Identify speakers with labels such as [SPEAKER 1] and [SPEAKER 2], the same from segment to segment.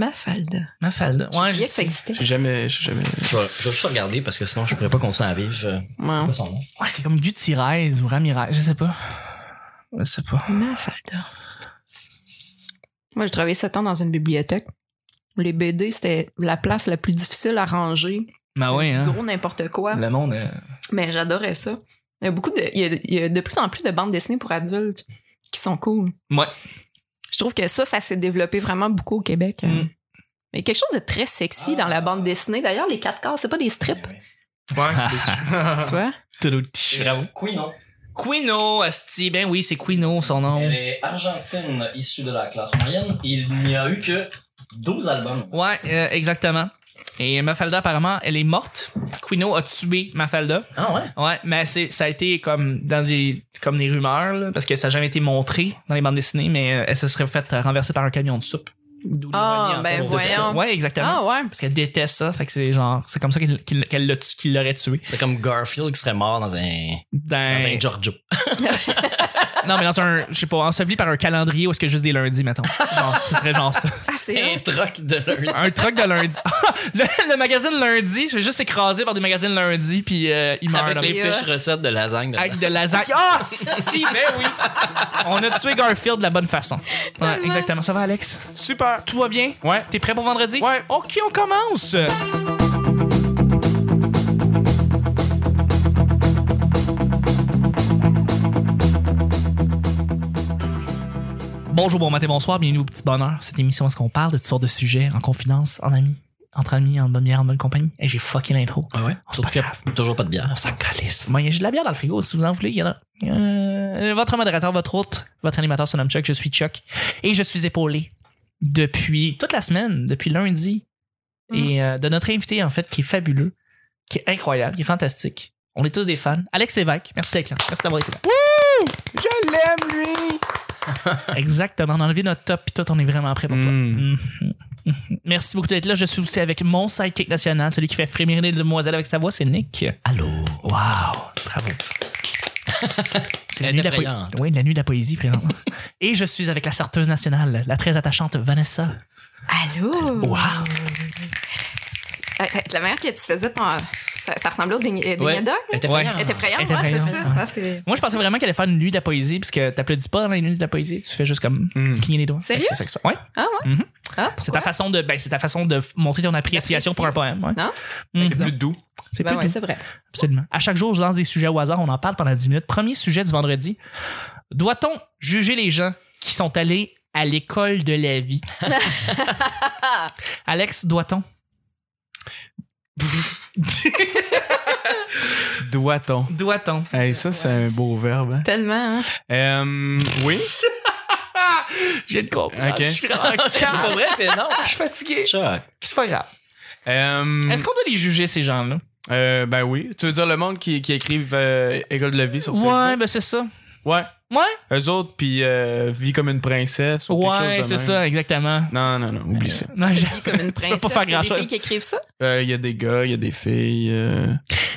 [SPEAKER 1] Mafalda.
[SPEAKER 2] Mafalda. Ouais,
[SPEAKER 1] Je
[SPEAKER 2] je
[SPEAKER 1] que ça
[SPEAKER 2] sais.
[SPEAKER 1] existait.
[SPEAKER 2] J'ai jamais, j'ai jamais.
[SPEAKER 3] Je vais, je vais juste regarder parce que sinon je pourrais pas continuer à vivre. Euh, C'est
[SPEAKER 1] Ouais.
[SPEAKER 3] quoi son nom?
[SPEAKER 2] Ouais, c'est comme du Tirez ou Ramirez, je sais pas. Je sais pas.
[SPEAKER 1] Mafalda. Moi, j'ai travaillé sept ans dans une bibliothèque. Les BD, c'était la place la plus difficile à ranger.
[SPEAKER 2] Bah ouais,
[SPEAKER 1] Du
[SPEAKER 2] hein.
[SPEAKER 1] gros n'importe quoi.
[SPEAKER 2] Le monde. euh,
[SPEAKER 1] Mais j'adorais ça. Il y a beaucoup de, il y a, il y a de plus en plus de bandes dessinées pour adultes qui sont cool.
[SPEAKER 2] Ouais.
[SPEAKER 1] Je trouve que ça, ça s'est développé vraiment beaucoup au Québec. euh.
[SPEAKER 2] Mm.
[SPEAKER 1] Mais quelque chose de très sexy dans la bande dessinée. D'ailleurs, les quatre quarts, c'est pas des strips,
[SPEAKER 3] Eh,
[SPEAKER 2] Ouais, c'est Ah.
[SPEAKER 1] tu vois.
[SPEAKER 2] déçu. Bravo.
[SPEAKER 3] Quino.
[SPEAKER 2] Quino, Asti. Ben oui, c'est Quino son nom.
[SPEAKER 3] Elle est argentine, issue de la classe moyenne. Il n'y a eu que 12 albums.
[SPEAKER 2] Ouais, euh, exactement. Et Mafalda, apparemment, elle est morte. Quino a tué Mafalda.
[SPEAKER 3] Ah ouais?
[SPEAKER 2] Ouais, mais c'est, ça a été comme dans des, comme des rumeurs, là, parce que ça n'a jamais été montré dans les bandes dessinées, mais euh, elle se serait faite renverser par un camion de soupe. D'où
[SPEAKER 1] Ah,
[SPEAKER 2] l'ironie, en
[SPEAKER 1] ben
[SPEAKER 2] fait, de tout
[SPEAKER 1] voyons.
[SPEAKER 2] ça. Ouais, exactement.
[SPEAKER 1] Ah ouais.
[SPEAKER 2] Parce qu'elle déteste ça, fait que c'est genre, c'est comme ça qu'il- qu'il- qu'elle l'a tu- qu'il l'aurait tué.
[SPEAKER 3] C'est comme Garfield qui serait mort dans un,
[SPEAKER 2] Dans-
[SPEAKER 3] dans un Giorgio.
[SPEAKER 2] non, mais dans un, je sais pas, enseveli par un calendrier ou est-ce que juste des lundis, mettons. Genre, ce serait genre ça.
[SPEAKER 1] Ah, c'est
[SPEAKER 2] Eh,
[SPEAKER 3] Un troc de lundi.
[SPEAKER 2] Un truc de lundi. le, le magazine lundi, je vais juste écraser par des magazines lundi, puis euh, il meurt dans
[SPEAKER 3] Avec
[SPEAKER 2] les
[SPEAKER 3] les
[SPEAKER 1] Mario.
[SPEAKER 3] fiches recettes de lasagne. dedans.
[SPEAKER 2] Avec de lasagne. Ah, si, mais oui. On a tué Garfield de la bonne façon. Ouais, exactement. Ça va, Alex? Super. Tout va bien? Ouais. T'es prêt pour vendredi? Ouais. OK, on commence. Bonjour, bon matin, bonsoir, bienvenue au Petit Bonheur. Cette émission, où est-ce qu'on parle de toutes sortes de sujets en confidence, en amis, entre amis, en bonne bière, en bonne compagnie? Et j'ai fucké l'intro.
[SPEAKER 3] Ah ouais? Surtout qu'il y a toujours pas de bière.
[SPEAKER 2] On s'en calisse. Moi, j'ai de la bière dans le frigo, si vous en voulez, il y en a. Euh, votre modérateur, votre hôte, votre animateur se nomme Chuck, je suis Chuck. Et je suis épaulé depuis toute la semaine, depuis lundi. Et euh, de notre invité, en fait, qui est fabuleux, qui est incroyable, qui est fantastique. On est tous des fans. Alex Lévesque, merci d'être là. Merci d'avoir été là.
[SPEAKER 4] Je l'aime, lui!
[SPEAKER 2] Exactement, on a enlevé notre top, puis tout, on est vraiment prêt pour
[SPEAKER 4] Mm.
[SPEAKER 2] toi. Mhm. Mhm. Merci beaucoup d'être là. Je suis aussi avec mon sidekick national, celui qui fait frémir les demoiselles avec sa voix, c'est Nick.
[SPEAKER 3] Allô?
[SPEAKER 2] Wow! Bravo. C'est la
[SPEAKER 3] Elle
[SPEAKER 2] nuit,
[SPEAKER 3] est
[SPEAKER 2] de la poésie.
[SPEAKER 3] effrayante.
[SPEAKER 2] Oui, la nuit de la poésie, présentement. Et je suis avec la sorteuse nationale, la très attachante Vanessa.
[SPEAKER 1] Allô?
[SPEAKER 2] Wow!
[SPEAKER 1] Euh, euh, La manière que tu faisais ton. Ça, ça ressemblait au ding- ding-
[SPEAKER 3] Ouais.
[SPEAKER 1] dong?
[SPEAKER 3] Elle était
[SPEAKER 2] Ouais.
[SPEAKER 3] effrayante.
[SPEAKER 1] Elle était
[SPEAKER 2] Elle
[SPEAKER 1] effrayante,
[SPEAKER 2] était
[SPEAKER 1] ouais, c'est ça.
[SPEAKER 2] effrayante, ouais.
[SPEAKER 1] Ouais, c'est-
[SPEAKER 2] Moi, je pensais vraiment qu'elle allait faire une nuit de la poésie, parce que t'applaudis pas dans les nuits de la poésie, tu fais juste comme
[SPEAKER 3] Hmm.
[SPEAKER 4] Mm.
[SPEAKER 2] cligner les doigts.
[SPEAKER 1] Sérieux?
[SPEAKER 2] C'est ça que tu fais. Ouais.
[SPEAKER 1] Ah ouais?
[SPEAKER 2] Mhm.
[SPEAKER 1] Ah,
[SPEAKER 2] C'est
[SPEAKER 1] pourquoi?
[SPEAKER 2] ta façon de, ben, c'est ta façon de f- montrer ton appréciation pour un poème. ouais.
[SPEAKER 1] Non?
[SPEAKER 2] Mhm.
[SPEAKER 4] C'est plus doux.
[SPEAKER 2] C'est
[SPEAKER 1] Ben
[SPEAKER 2] plus
[SPEAKER 1] ouais,
[SPEAKER 2] doux.
[SPEAKER 1] c'est vrai.
[SPEAKER 2] Absolument. À chaque jour, je lance des sujets au hasard. On en parle pendant 10 minutes. Premier sujet du vendredi. Doit-on juger les gens qui sont allés à l'école de la vie? Alex, doit-on?
[SPEAKER 4] Doit-on?
[SPEAKER 2] Doit-on?
[SPEAKER 4] Hey, ça, c'est un beau verbe. hein.
[SPEAKER 1] Tellement, hein?
[SPEAKER 4] Euh, oui.
[SPEAKER 2] Je viens de comprendre.
[SPEAKER 4] Ok.
[SPEAKER 2] Je suis vraiment calme.
[SPEAKER 3] Pas vrai, t'es non?
[SPEAKER 2] Je suis fatigué.
[SPEAKER 3] Choc.
[SPEAKER 2] C'est pas grave.
[SPEAKER 4] Euh,
[SPEAKER 2] Est-ce qu'on doit les juger, ces gens-là?
[SPEAKER 4] euh, ben oui. Tu veux dire le monde qui, qui écrivent euh, École de la vie sur
[SPEAKER 2] Ouais,
[SPEAKER 4] Facebook?
[SPEAKER 2] ben c'est ça.
[SPEAKER 4] Ouais.
[SPEAKER 2] Ouais?
[SPEAKER 4] Eux autres, puis euh, Vie comme une princesse ou quelque
[SPEAKER 2] Ouais,
[SPEAKER 4] chose de
[SPEAKER 2] c'est
[SPEAKER 4] même.
[SPEAKER 2] ça, exactement.
[SPEAKER 4] Non, non, non, oublie ça. Euh,
[SPEAKER 2] Non, j'ai-
[SPEAKER 1] Vie comme une
[SPEAKER 2] Tu
[SPEAKER 1] princesse.
[SPEAKER 2] peux pas faire
[SPEAKER 1] c'est
[SPEAKER 2] grand-chose.
[SPEAKER 1] des filles qui écrivent ça?
[SPEAKER 4] Il y a des gars, il y a des filles. euh,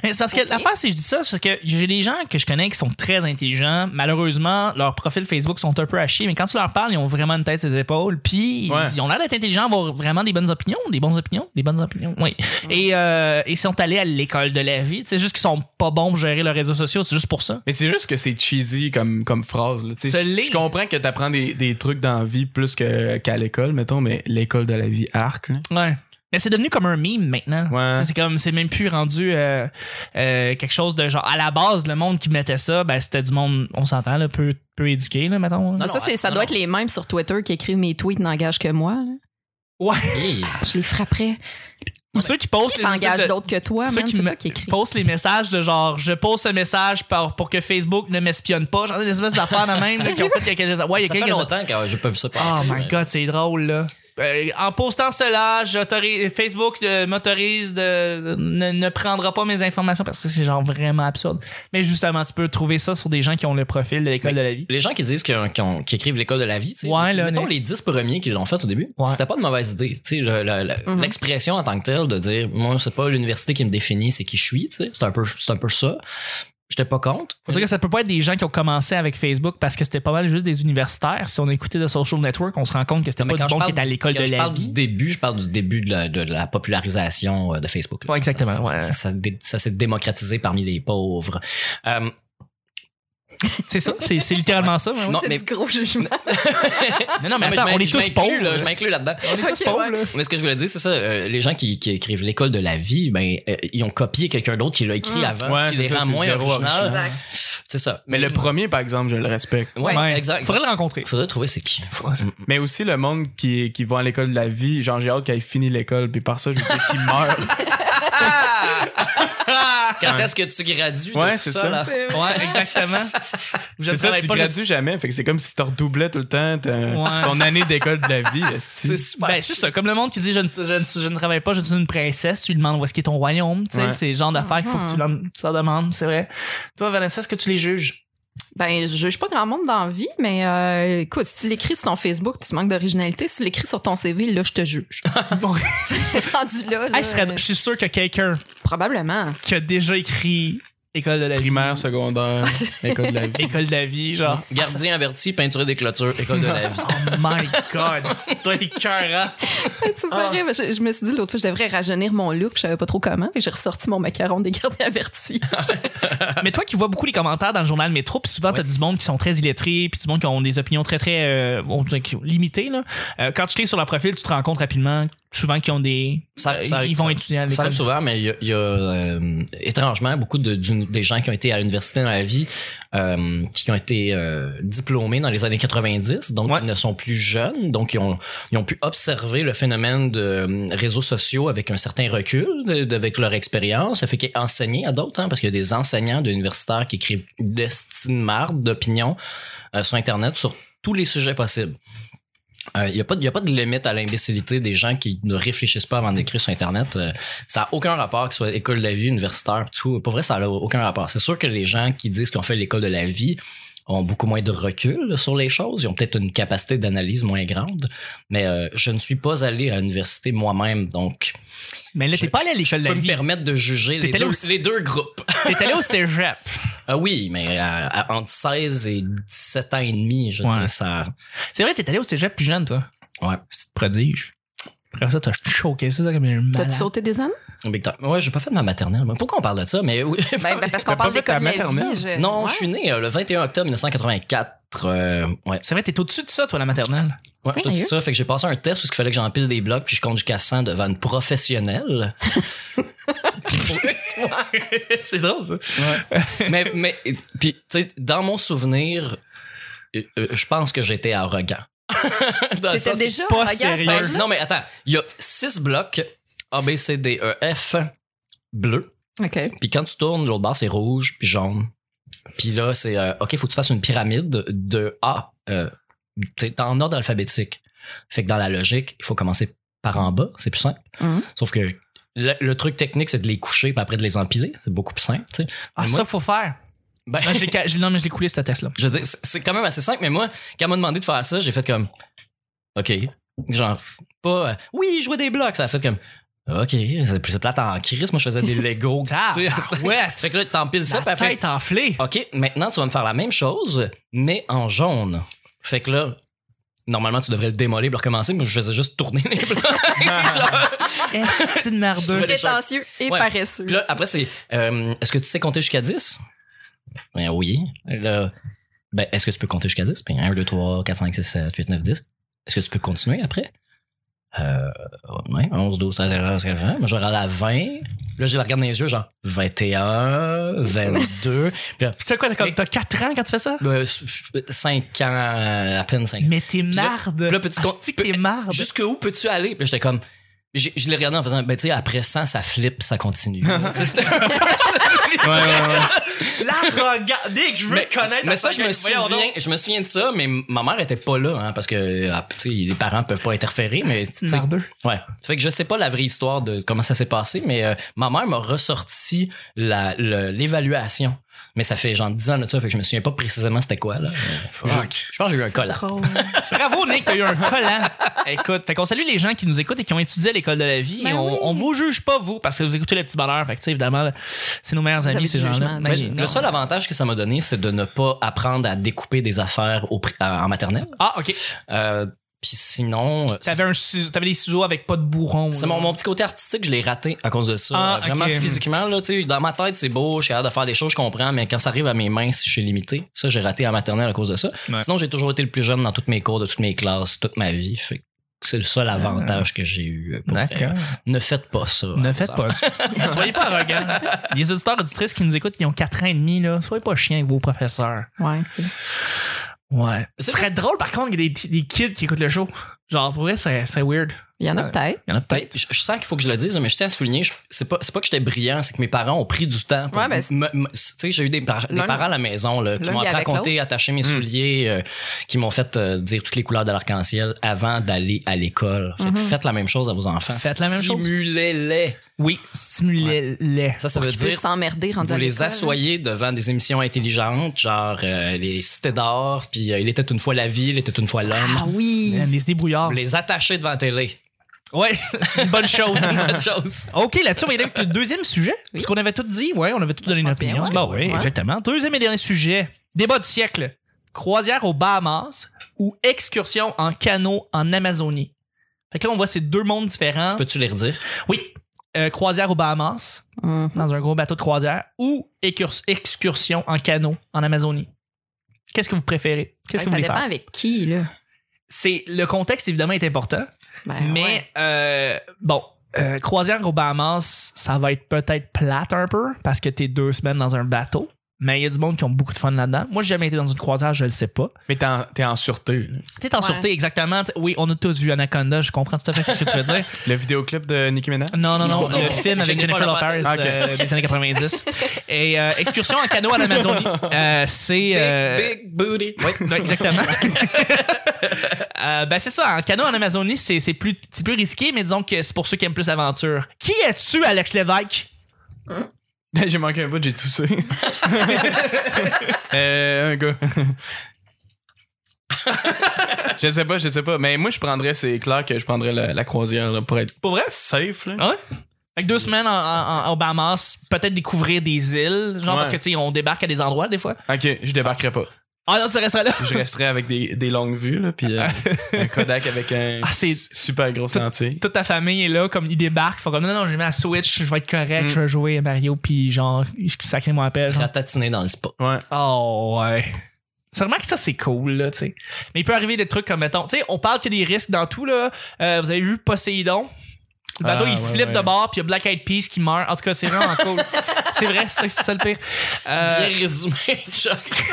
[SPEAKER 2] Mais c'est parce que
[SPEAKER 1] Ok.
[SPEAKER 2] l'affaire, c'est je dis ça, c'est parce que j'ai des gens que je connais qui sont très intelligents. Malheureusement, leurs profils Facebook sont un peu à chier, mais quand tu leur parles, ils ont vraiment une tête sur les épaules. Puis
[SPEAKER 4] Ouais.
[SPEAKER 2] ils ont l'air d'être intelligents, avoir vraiment des bonnes opinions, des bonnes opinions, des bonnes opinions. Oui. Et euh, ils sont allés à l'école de la vie. C'est juste qu'ils sont pas bons pour gérer leurs réseaux sociaux. C'est juste pour ça.
[SPEAKER 4] Mais c'est juste que c'est cheesy comme, comme phrase. là. Tu sais,
[SPEAKER 2] Se
[SPEAKER 4] Je
[SPEAKER 2] lire.
[SPEAKER 4] je comprends que t'apprends des, des trucs dans la vie plus que- qu'à l'école, mettons, mais l'école de la vie arc. là.
[SPEAKER 2] Ouais. Mais c'est devenu comme un meme maintenant.
[SPEAKER 4] Ouais.
[SPEAKER 2] Tu sais, C'est comme c'est même plus rendu euh, euh, quelque chose de genre à la base le monde qui mettait ça, ben c'était du monde, on s'entend là, peu peu éduqué là, mettons.
[SPEAKER 1] Non, ça, c'est, ça
[SPEAKER 3] non,
[SPEAKER 1] doit
[SPEAKER 3] non.
[SPEAKER 1] être les mêmes sur Twitter qui écrivent mes tweets n'engagent que moi. là.
[SPEAKER 2] Ouais.
[SPEAKER 3] Hey.
[SPEAKER 1] Je les frapperais.
[SPEAKER 2] Ou ceux qui postent
[SPEAKER 1] Qui
[SPEAKER 2] les espèces
[SPEAKER 1] s'engage
[SPEAKER 2] de-
[SPEAKER 1] d'autres que toi,
[SPEAKER 2] ceux
[SPEAKER 1] Ah, man?
[SPEAKER 2] qui,
[SPEAKER 1] C'est
[SPEAKER 2] me-
[SPEAKER 1] toi qui écris.
[SPEAKER 2] postent les messages de genre je pose ce message par- pour que Facebook ne m'espionne pas genre des espèces d'affaires de même là, qui ont fait il y a quelques ouais Ah, il y a
[SPEAKER 3] Ça
[SPEAKER 2] quelques
[SPEAKER 3] fait longtemps que j'ai pas vu ça
[SPEAKER 2] oh
[SPEAKER 3] passer.
[SPEAKER 2] my god c'est drôle là Euh, en postant cela j'autorise- Facebook euh, m'autorise de ne, ne prendra pas mes informations parce que c'est genre vraiment absurde mais justement tu peux trouver ça sur des gens qui ont le profil de l'école de la vie
[SPEAKER 3] Les gens qui disent qu'ils qu'ils- qu'ils écrivent l'école de la vie, tu sais,
[SPEAKER 2] Ouais, là,
[SPEAKER 3] mettons
[SPEAKER 2] Nick.
[SPEAKER 3] les 10 premiers qui l'ont fait au début,
[SPEAKER 2] Ouais.
[SPEAKER 3] c'était pas de mauvaise idée. Tu sais, le- le- le-
[SPEAKER 1] Mhm.
[SPEAKER 3] L'expression en tant que telle de dire, moi, c'est pas l'université qui me définit, c'est qui je suis, tu sais, c'est un, peu- c'est un peu ça.
[SPEAKER 5] J'étais pas contre.
[SPEAKER 2] Faut dire que ça peut pas être des gens qui ont commencé avec Facebook parce que c'était pas mal juste des universitaires. Si on écoutait The Social Network, on se rend compte que c'était
[SPEAKER 5] Mais
[SPEAKER 2] pas du
[SPEAKER 5] quand je
[SPEAKER 2] monde qui
[SPEAKER 5] parle
[SPEAKER 2] était à
[SPEAKER 5] du-
[SPEAKER 2] l'école
[SPEAKER 5] quand
[SPEAKER 2] de
[SPEAKER 5] je
[SPEAKER 2] la
[SPEAKER 5] parle
[SPEAKER 2] vie.
[SPEAKER 5] du début, je parle du début de la, de la popularisation euh, de Facebook. là.
[SPEAKER 2] Ouais, exactement,
[SPEAKER 5] Ça, ça-
[SPEAKER 2] ouais.
[SPEAKER 5] ça- ça dé- ça s'est démocratisé parmi les pauvres. Euh,
[SPEAKER 2] C'est ça, c'est c'est littéralement ça. ouais, ouais.
[SPEAKER 5] Non,
[SPEAKER 1] c'est
[SPEAKER 5] mais-
[SPEAKER 1] du gros jugement.
[SPEAKER 2] Non, non, mais
[SPEAKER 5] mais
[SPEAKER 2] attends,
[SPEAKER 5] je
[SPEAKER 2] on
[SPEAKER 5] m'in-
[SPEAKER 2] est
[SPEAKER 5] je
[SPEAKER 2] tous
[SPEAKER 5] m'inclus,
[SPEAKER 2] pauvres.
[SPEAKER 5] là, Je m'inclus là-dedans.
[SPEAKER 2] On est tous
[SPEAKER 1] Ok,
[SPEAKER 2] pauvres,
[SPEAKER 1] ouais.
[SPEAKER 2] là.
[SPEAKER 5] Mais ce que je voulais dire, c'est ça, euh, les gens qui, qui écrivent l'école de la vie, ben, euh, ils ont copié quelqu'un d'autre qui l'a écrit
[SPEAKER 1] Mm.
[SPEAKER 5] avant,
[SPEAKER 4] Ouais,
[SPEAKER 5] ce qui les
[SPEAKER 4] c'est ça,
[SPEAKER 5] rend
[SPEAKER 4] c'est
[SPEAKER 5] moins
[SPEAKER 4] zéro
[SPEAKER 5] original.
[SPEAKER 4] original.
[SPEAKER 1] Exact.
[SPEAKER 5] C'est ça.
[SPEAKER 4] Mais le premier, par exemple, je le respecte.
[SPEAKER 5] Ouais,
[SPEAKER 2] Ouais.
[SPEAKER 5] exact.
[SPEAKER 2] Faudrait le rencontrer.
[SPEAKER 5] Faudrait trouver c'est qui.
[SPEAKER 4] Mais aussi le monde qui, qui va à l'école de la vie, genre j'ai hâte qu'il finisse l'école, puis par ça, je veux dire qu'il meurt.
[SPEAKER 5] Ah, Quand est-ce que tu gradues de
[SPEAKER 4] Ouais,
[SPEAKER 5] tout
[SPEAKER 4] c'est
[SPEAKER 5] ça,
[SPEAKER 4] ça.
[SPEAKER 5] là?
[SPEAKER 1] C'est vrai.
[SPEAKER 2] Ouais, exactement. Je
[SPEAKER 4] C'est ça,
[SPEAKER 2] travaille
[SPEAKER 4] tu
[SPEAKER 2] pas, je-
[SPEAKER 4] gradues jamais. Fait que c'est comme si tu redoublais tout le temps ta-
[SPEAKER 2] Ouais.
[SPEAKER 4] ton année d'école de la vie. esti.
[SPEAKER 5] C'est super.
[SPEAKER 2] Ben, c'est ça, comme le monde qui dit je ne, je ne- je ne travaille pas, je suis une princesse, tu lui demandes où est-ce qu'est ton royaume, tu sais,
[SPEAKER 4] Ouais.
[SPEAKER 2] c'est le genre d'affaires qu'il faut
[SPEAKER 1] Mhm.
[SPEAKER 2] que tu leur tu leur demandes, c'est vrai. Toi, Vanessa, est-ce que tu les juges?
[SPEAKER 1] Ben, je juge pas grand monde dans la vie, mais euh, écoute, si tu l'écris sur ton Facebook, tu manques d'originalité. Si tu l'écris sur ton CV, là, je te juge.
[SPEAKER 2] Bon.
[SPEAKER 1] Rendu là, là,
[SPEAKER 2] Hey, Sren, je suis sûr que quelqu'un
[SPEAKER 1] probablement.
[SPEAKER 2] qui a déjà écrit École de la
[SPEAKER 4] Primaire, secondaire, école de la
[SPEAKER 2] vie.
[SPEAKER 4] vie.
[SPEAKER 2] École de la vie, genre.
[SPEAKER 5] Gardien averti, peinture des clôtures, école de la vie.
[SPEAKER 2] Oh my god! Toi, t'es cœur, hein?
[SPEAKER 1] C'est pas vrai, mais je, je me suis dit l'autre fois, je devrais rajeunir mon look, je savais pas trop comment, et j'ai ressorti mon macaron des gardiens avertis.
[SPEAKER 2] Mais toi qui vois beaucoup les commentaires dans le journal Métro, puis souvent t'as du monde qui sont très illettrés, puis du monde qui ont des opinions très très euh, on dirait qu'ils sont limitées là. Euh, quand tu cliques sur leur profil, tu te rends compte rapidement souvent qu'ils ont des
[SPEAKER 5] Ça-
[SPEAKER 2] ils-
[SPEAKER 5] ça-
[SPEAKER 2] ils vont
[SPEAKER 5] ça-
[SPEAKER 2] étudier à
[SPEAKER 5] Ça
[SPEAKER 2] l'école.
[SPEAKER 5] arrive souvent, mais il y a, il y a, euh, étrangement beaucoup de, d'une- des gens qui ont été à l'université dans la vie, euh, qui ont été euh, diplômés dans les années 90, donc
[SPEAKER 2] Ouais.
[SPEAKER 5] ils ne sont plus jeunes, donc ils ont, ils ont pu observer le phénomène de euh, réseaux sociaux avec un certain recul, de- de- avec leur expérience. Ça fait qu'ils enseigné à d'autres, hein, parce qu'il y a des enseignants d'universitaires qui écrivent d'estime marde d'opinion euh, sur Internet sur tous les sujets possibles. Euh, Il n'y a, pas de- y a pas de limite à l'imbécilité des gens qui ne réfléchissent pas avant d'écrire sur Internet. Euh, ça n'a aucun rapport, que ce soit école de la vie, universitaire, tout. Pour vrai, ça n'a aucun rapport. C'est sûr que les gens qui disent qu'on fait l'école de la vie ont beaucoup moins de recul sur les choses. Ils ont peut-être une capacité d'analyse moins grande. Mais euh, je ne suis pas allé à l'université moi-même, donc
[SPEAKER 2] Mais là t'es
[SPEAKER 5] Je-
[SPEAKER 2] pas allé à l'école de
[SPEAKER 5] je
[SPEAKER 2] la
[SPEAKER 5] peux me
[SPEAKER 2] vie.
[SPEAKER 5] permettre de juger
[SPEAKER 2] T'es
[SPEAKER 5] les
[SPEAKER 2] allé
[SPEAKER 5] deux,
[SPEAKER 2] au-
[SPEAKER 5] les deux groupes.
[SPEAKER 2] T'es allé au cégep.
[SPEAKER 5] Ah oui, mais à- à- entre 16 et 17 ans et demi, je veux
[SPEAKER 2] Ouais.
[SPEAKER 5] dire, ça...
[SPEAKER 2] C'est vrai t'es allé au cégep plus jeune toi.
[SPEAKER 5] Ouais.
[SPEAKER 2] C'est prodige. Après ça t'as choqué ça comme un
[SPEAKER 1] T'as-tu
[SPEAKER 2] malade.
[SPEAKER 1] sauté des ans?
[SPEAKER 5] Big time. Ouais, j'ai pas fait de ma maternelle. moi. Pourquoi on parle de ça? Mais oui.
[SPEAKER 1] Ben, ben, parce qu'on
[SPEAKER 4] T'as pas
[SPEAKER 1] parle
[SPEAKER 4] fait
[SPEAKER 1] d'école
[SPEAKER 4] ta
[SPEAKER 1] de la
[SPEAKER 4] maternelle?
[SPEAKER 1] vie. je-
[SPEAKER 5] non,
[SPEAKER 1] Ouais.
[SPEAKER 5] je suis né euh, le 21 octobre 1984. euh, ouais.
[SPEAKER 2] C'est vrai t'es au-dessus de ça toi la maternelle.
[SPEAKER 5] Ouais, je te dis
[SPEAKER 1] Sérieux?
[SPEAKER 5] ça. Fait que j'ai passé un test où il fallait que j'empile des blocs puis je compte jusqu'à 100 devant une professionnelle.
[SPEAKER 2] c'est drôle ça.
[SPEAKER 5] mais, mais, puis, tu sais, dans mon souvenir, euh, euh, je pense que j'étais arrogant. Dans le
[SPEAKER 1] T'étais
[SPEAKER 5] sens-
[SPEAKER 1] déjà
[SPEAKER 2] pas
[SPEAKER 1] regarde, à cet
[SPEAKER 2] sérieux.
[SPEAKER 1] âge-là?
[SPEAKER 5] Non, mais attends. Il y a six blocs A, B, C, D, E, F bleu.
[SPEAKER 1] OK.
[SPEAKER 5] Puis quand tu tournes, l'autre barre, c'est rouge, puis jaune. Puis là, c'est euh, OK, faut que tu fasses une pyramide de A. Euh, t'es en ordre alphabétique. Fait que dans la logique, il faut commencer par en bas, c'est plus simple.
[SPEAKER 2] Mm-hmm.
[SPEAKER 1] Mhm.
[SPEAKER 5] Sauf que le, le truc technique, c'est de les coucher, puis après de les empiler. C'est beaucoup plus simple, tu sais.
[SPEAKER 2] Ah
[SPEAKER 5] Mais moi-
[SPEAKER 2] ça faut faire.
[SPEAKER 5] Ben,
[SPEAKER 2] Non, je l'ai ca- je- non mais je l'ai coulé cette test là.
[SPEAKER 5] je veux dire, c'est- c'est quand même assez simple, mais moi, quand elle m'a demandé de faire ça, j'ai fait comme OK. Genre, pas euh, Oui, jouer des blocs. Ça a fait comme OK, c'est c'est plate en crise. Moi, je faisais des Lego. tu sais.
[SPEAKER 2] ouais.
[SPEAKER 5] fait que là, t'empiles ça, puis
[SPEAKER 2] La
[SPEAKER 5] elle fait
[SPEAKER 2] tête enflée.
[SPEAKER 5] OK, maintenant, tu vas me faire la même chose, mais en jaune. Fait que là, normalement, tu devrais le démolir pour recommencer, mais je faisais juste tourner les blocs. Genre,
[SPEAKER 2] Ah. C'est une merdeux.
[SPEAKER 5] les choses.
[SPEAKER 1] Prétentieux et
[SPEAKER 5] Ouais.
[SPEAKER 1] paresseux.
[SPEAKER 5] Puis là, après, c'est euh, Est-ce que tu sais compter jusqu'à 10 Ben oui. Là, ben, est-ce que tu peux compter jusqu'à 10 Ben 1, 2, 3, 4, 5, 6, 7, 8, 9, 10. Est-ce que tu peux continuer après euh, ouais, 11, 12, 13, 14, 15, 20. Moi, je regarde à 20. Là, je la regarde dans les yeux, genre 21, 22. Puis là,
[SPEAKER 2] Tu sais quoi, t'as
[SPEAKER 5] Mais-
[SPEAKER 2] comme- t'as 4 ans quand tu fais ça?
[SPEAKER 5] ben, 5 ans, euh, à peine 5 ans.
[SPEAKER 2] Mais t'es
[SPEAKER 5] là-
[SPEAKER 2] marde.
[SPEAKER 5] puis là, petit con-
[SPEAKER 2] Asti que t'es marde.
[SPEAKER 5] Jusque où peux-tu aller? Puis là, j'étais comme. j'ai- Je l'ai regardé en faisant, ben, tu sais, après 100, ça flippe, ça continue. Tu sais, c'était-
[SPEAKER 4] Ouais, ouais, ouais.
[SPEAKER 2] L'arrogance. Nick, je veux
[SPEAKER 5] mais,
[SPEAKER 2] connaître.
[SPEAKER 5] mais ça, je me,
[SPEAKER 2] Voyons donc.
[SPEAKER 5] souviens, je me souviens de ça, mais ma mère était pas là, hein, parce que, ah, tu sais, les parents peuvent pas interférer, mais.
[SPEAKER 2] C'est
[SPEAKER 5] tu
[SPEAKER 2] une
[SPEAKER 5] sais,
[SPEAKER 2] mardeuse.
[SPEAKER 5] Ouais. Fait que je sais pas la vraie histoire de comment ça s'est passé, mais euh, ma mère m'a ressorti la- le- l'évaluation. Mais ça fait genre 10 ans de ça, fait que je me souviens pas précisément c'était quoi, là. Je, je pense que j'ai eu un collant.
[SPEAKER 1] Drôle.
[SPEAKER 2] Bravo, Nick, t'as eu un collant. Écoute, fait qu'on salue les gens qui nous écoutent et qui ont étudié à l'école de la vie.
[SPEAKER 1] Ben
[SPEAKER 2] et on,
[SPEAKER 1] oui.
[SPEAKER 2] on vous juge pas, vous, parce que vous écoutez les petits bonheurs. Fait que, tu sais, évidemment, là, c'est nos meilleurs
[SPEAKER 1] avez
[SPEAKER 2] amis,
[SPEAKER 1] du
[SPEAKER 2] ces gens-là.
[SPEAKER 1] jugement,
[SPEAKER 2] Ben,
[SPEAKER 1] déjà.
[SPEAKER 2] non.
[SPEAKER 5] Le seul avantage que ça m'a donné, c'est de ne pas apprendre à découper des affaires au pri- à- en maternelle.
[SPEAKER 2] Ah, OK.
[SPEAKER 5] Euh, Puis sinon, euh,
[SPEAKER 2] T'avais, un ciseau- t'avais des ciseaux avec pas de bourron.
[SPEAKER 5] c'est
[SPEAKER 2] là.
[SPEAKER 5] mon, mon petit côté artistique, je l'ai raté à cause de ça.
[SPEAKER 2] Ah,
[SPEAKER 5] Euh, Vraiment
[SPEAKER 2] ok.
[SPEAKER 5] physiquement, là, tu sais, dans ma tête, c'est beau, j'ai hâte de faire des choses, je comprends, mais quand ça arrive à mes mains, je suis limité. Ça, j'ai raté à maternelle à cause de ça.
[SPEAKER 2] Ouais.
[SPEAKER 5] Sinon, j'ai toujours été le plus jeune dans toutes mes cours, de toutes mes classes, toute ma vie. Fait que c'est le seul avantage que j'ai eu. pour vrai.
[SPEAKER 2] Ah. D'accord.
[SPEAKER 5] Ne faites pas ça.
[SPEAKER 2] Ne faites pas ça. soyez pas arrogants. Les auditeurs auditrices qui nous écoutent, qui ont 4 ans et demi, là, soyez pas chiens avec vos professeurs.
[SPEAKER 1] Ouais, tu sais.
[SPEAKER 2] Ouais. Ce
[SPEAKER 5] C'est
[SPEAKER 2] serait drôle, par contre, qu'il y ait des, des kids qui écoutent le show. Genre, pour vrai, c'est, c'est weird.
[SPEAKER 1] Il y en a
[SPEAKER 2] Ouais.
[SPEAKER 1] peut-être.
[SPEAKER 2] Il y en a peut-être.
[SPEAKER 5] Peut-être, Ben, je, je sens qu'il faut que je le dise, mais je tiens à souligner, je- c'est pas, c'est pas que j'étais brillant, c'est que mes parents ont pris du temps. pour
[SPEAKER 1] Ouais, ben, c'est-
[SPEAKER 5] me- me- tu sais, j'ai eu des, par- des
[SPEAKER 1] L'un-
[SPEAKER 5] parents à la maison là, qui
[SPEAKER 1] l'un
[SPEAKER 5] m'ont
[SPEAKER 1] vit
[SPEAKER 5] appris à
[SPEAKER 1] avec
[SPEAKER 5] compter, attacher
[SPEAKER 2] Mm.
[SPEAKER 5] mes souliers, euh, qui m'ont fait euh, dire toutes les couleurs de l'arc-en-ciel avant d'aller à l'école. Fait que
[SPEAKER 1] Mhm.
[SPEAKER 5] Faites la même chose à vos enfants.
[SPEAKER 2] Faites la même chose.
[SPEAKER 5] Stimulez-les.
[SPEAKER 2] Oui, stimulez-les.
[SPEAKER 5] Ça, ça veut
[SPEAKER 1] Qu'ils puissent
[SPEAKER 5] dire
[SPEAKER 1] s'emmerder rendu
[SPEAKER 5] vous
[SPEAKER 1] à
[SPEAKER 5] les
[SPEAKER 1] l'école, hein.
[SPEAKER 5] assoyez devant des émissions intelligentes, genre euh, les cités d'or, puis euh, il était une fois la ville, il était une fois l'homme.
[SPEAKER 1] là. Ah oui.
[SPEAKER 2] Man, Les débrouillards.
[SPEAKER 5] Vous les attachez devant la télé.
[SPEAKER 2] Ouais, une bonne chose.
[SPEAKER 5] Bonne chose.
[SPEAKER 2] OK, là-dessus, on va y aller avec le deuxième sujet. Parce qu'on avait tout dit, ouais, on avait tout donné
[SPEAKER 1] Je
[SPEAKER 2] une
[SPEAKER 1] pense bien,
[SPEAKER 2] opinion.
[SPEAKER 1] ouais.
[SPEAKER 2] Bah oui,
[SPEAKER 1] Ouais.
[SPEAKER 2] exactement. Deuxième et dernier sujet. Débat du siècle. Croisière aux Bahamas ou excursion en canot en Amazonie. Fait que là, on voit ces deux mondes différents.
[SPEAKER 5] Peux-tu les redire?
[SPEAKER 2] Oui. Euh, croisière aux Bahamas,
[SPEAKER 1] Hum.
[SPEAKER 2] dans un gros bateau de croisière, ou écurs- excursion en canot en Amazonie. Qu'est-ce que vous préférez? Qu'est-ce
[SPEAKER 1] Ouais, ça
[SPEAKER 2] que vous voulez
[SPEAKER 1] dépend
[SPEAKER 2] faire?
[SPEAKER 1] avec qui, là.
[SPEAKER 2] C'est, le contexte, évidemment, est important.
[SPEAKER 1] Ben,
[SPEAKER 2] Mais
[SPEAKER 1] ouais.
[SPEAKER 2] euh, bon, euh, croisière aux Bahamas, ça va être peut-être plate un peu parce que t'es deux semaines dans un bateau. Mais il y a du monde qui ont beaucoup de fun là-dedans. Moi, j'ai jamais été dans une croisière, je le sais pas.
[SPEAKER 4] Mais t'es en, t'es en sûreté. là.
[SPEAKER 2] T'es en
[SPEAKER 1] Ouais.
[SPEAKER 2] sûreté, exactement. T'sais, oui, on a tous vu Anaconda, je comprends tout à fait ce que tu veux dire.
[SPEAKER 4] Le vidéoclip de Nicki Minaj?
[SPEAKER 2] Non, non, non,
[SPEAKER 5] Non,
[SPEAKER 2] le
[SPEAKER 5] non.
[SPEAKER 2] film avec
[SPEAKER 5] Jennifer
[SPEAKER 2] Jennifer Lopez
[SPEAKER 5] Lopez.
[SPEAKER 2] euh, des années 90. Et euh, Excursion en canot à l'Amazonie, euh, c'est... euh,
[SPEAKER 5] Big booty. Oui.
[SPEAKER 2] Ouais, exactement. Euh, ben c'est ça, en canot en Amazonie, c'est c'est plus, c'est plus risqué, mais disons que c'est pour ceux qui aiment plus l'aventure. Qui es-tu, Alex Lévesque?
[SPEAKER 4] j'ai manqué un bout, j'ai toussé. euh, un gars. je sais pas, je sais pas. Mais moi, je prendrais, c'est clair que je prendrais la, la croisière là, pour être
[SPEAKER 2] Pour vrai?
[SPEAKER 4] safe. Là.
[SPEAKER 2] Ah ouais? Fait que deux semaines en, en, en- aux Bahamas, peut-être découvrir des îles, genre
[SPEAKER 4] Ouais.
[SPEAKER 2] parce que tu sais, on débarque à des endroits des fois.
[SPEAKER 4] Ok, je débarquerai pas.
[SPEAKER 2] Ah non, tu resteras là.
[SPEAKER 4] Je resterai avec des, des longues vues, là, puis euh, un Kodak avec un
[SPEAKER 2] Ah, c'est-
[SPEAKER 4] su- super gros sentier.
[SPEAKER 2] Toute ta famille est là, comme ils débarquent, faut comme non, non, j'ai mis la Switch, je vais être correct,
[SPEAKER 4] Mm.
[SPEAKER 2] je vais jouer à Mario, puis genre, sacré moi appel. Genre.
[SPEAKER 5] Ratatiner dans le spa.
[SPEAKER 4] Ouais.
[SPEAKER 2] Oh ouais. C'est vraiment que ça c'est cool là, tu sais. Mais il peut arriver des trucs comme mettons, tu sais, on parle qu'il y a des risques dans tout là. Euh, vous avez vu Poséidon Le bateau
[SPEAKER 4] Ah,
[SPEAKER 2] il
[SPEAKER 4] ouais,
[SPEAKER 2] flippe
[SPEAKER 4] ouais.
[SPEAKER 2] de bord puis il y a Black Eyed Peas qui meurt. En tout cas, c'est vraiment cool. C'est vrai, c'est ça, c'est ça le pire. Euh,
[SPEAKER 5] Bien résumé, Chuck.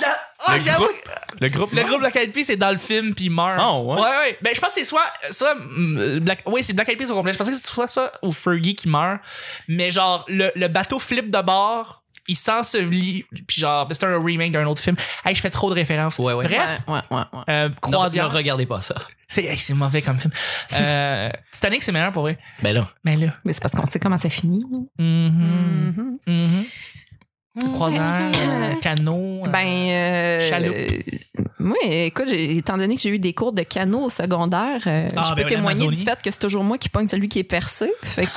[SPEAKER 2] j'a- ah,
[SPEAKER 4] Le
[SPEAKER 2] j'avoue
[SPEAKER 4] groupe- Le groupe.
[SPEAKER 2] le groupe Black Eyed Peas c'est dans le film puis il meurt.
[SPEAKER 4] Oh, ouais.
[SPEAKER 2] ouais ouais. Ben je pense que c'est soit soit mm, Black ouais, c'est Black Eyed Peas au complet. Je pensais que c'est soit ça ou Fergie qui meurt, mais genre le, le bateau flippe de bord, il s'ensevelit puis genre c'est un remake d'un autre film. Hey, je fais trop de références.
[SPEAKER 5] Ouais, ouais.
[SPEAKER 2] Bref,
[SPEAKER 1] Ouais, ouais, ouais.
[SPEAKER 2] euh,
[SPEAKER 5] Ne,
[SPEAKER 2] croisière.
[SPEAKER 5] ne regardez pas ça.
[SPEAKER 2] C'est hey, c'est mauvais comme film. Euh, Titanic c'est meilleur pour vrai.
[SPEAKER 5] Ben là.
[SPEAKER 2] Mais là.
[SPEAKER 1] Mais c'est parce qu'on sait comment ça finit. là.
[SPEAKER 2] Mhm,
[SPEAKER 1] Mhm.
[SPEAKER 2] mhm. Mm-hmm. Croisière, euh, canot. euh,
[SPEAKER 1] Ben, euh,
[SPEAKER 2] Chaloupe.
[SPEAKER 1] euh, moi, écoute, j'ai- étant donné que j'ai eu des cours de canot au secondaire, euh,
[SPEAKER 2] Ah,
[SPEAKER 1] je peux
[SPEAKER 2] ben,
[SPEAKER 1] témoigner
[SPEAKER 2] l'Amazonie.
[SPEAKER 1] du fait que c'est toujours moi qui pogne celui qui est percé. Fait que,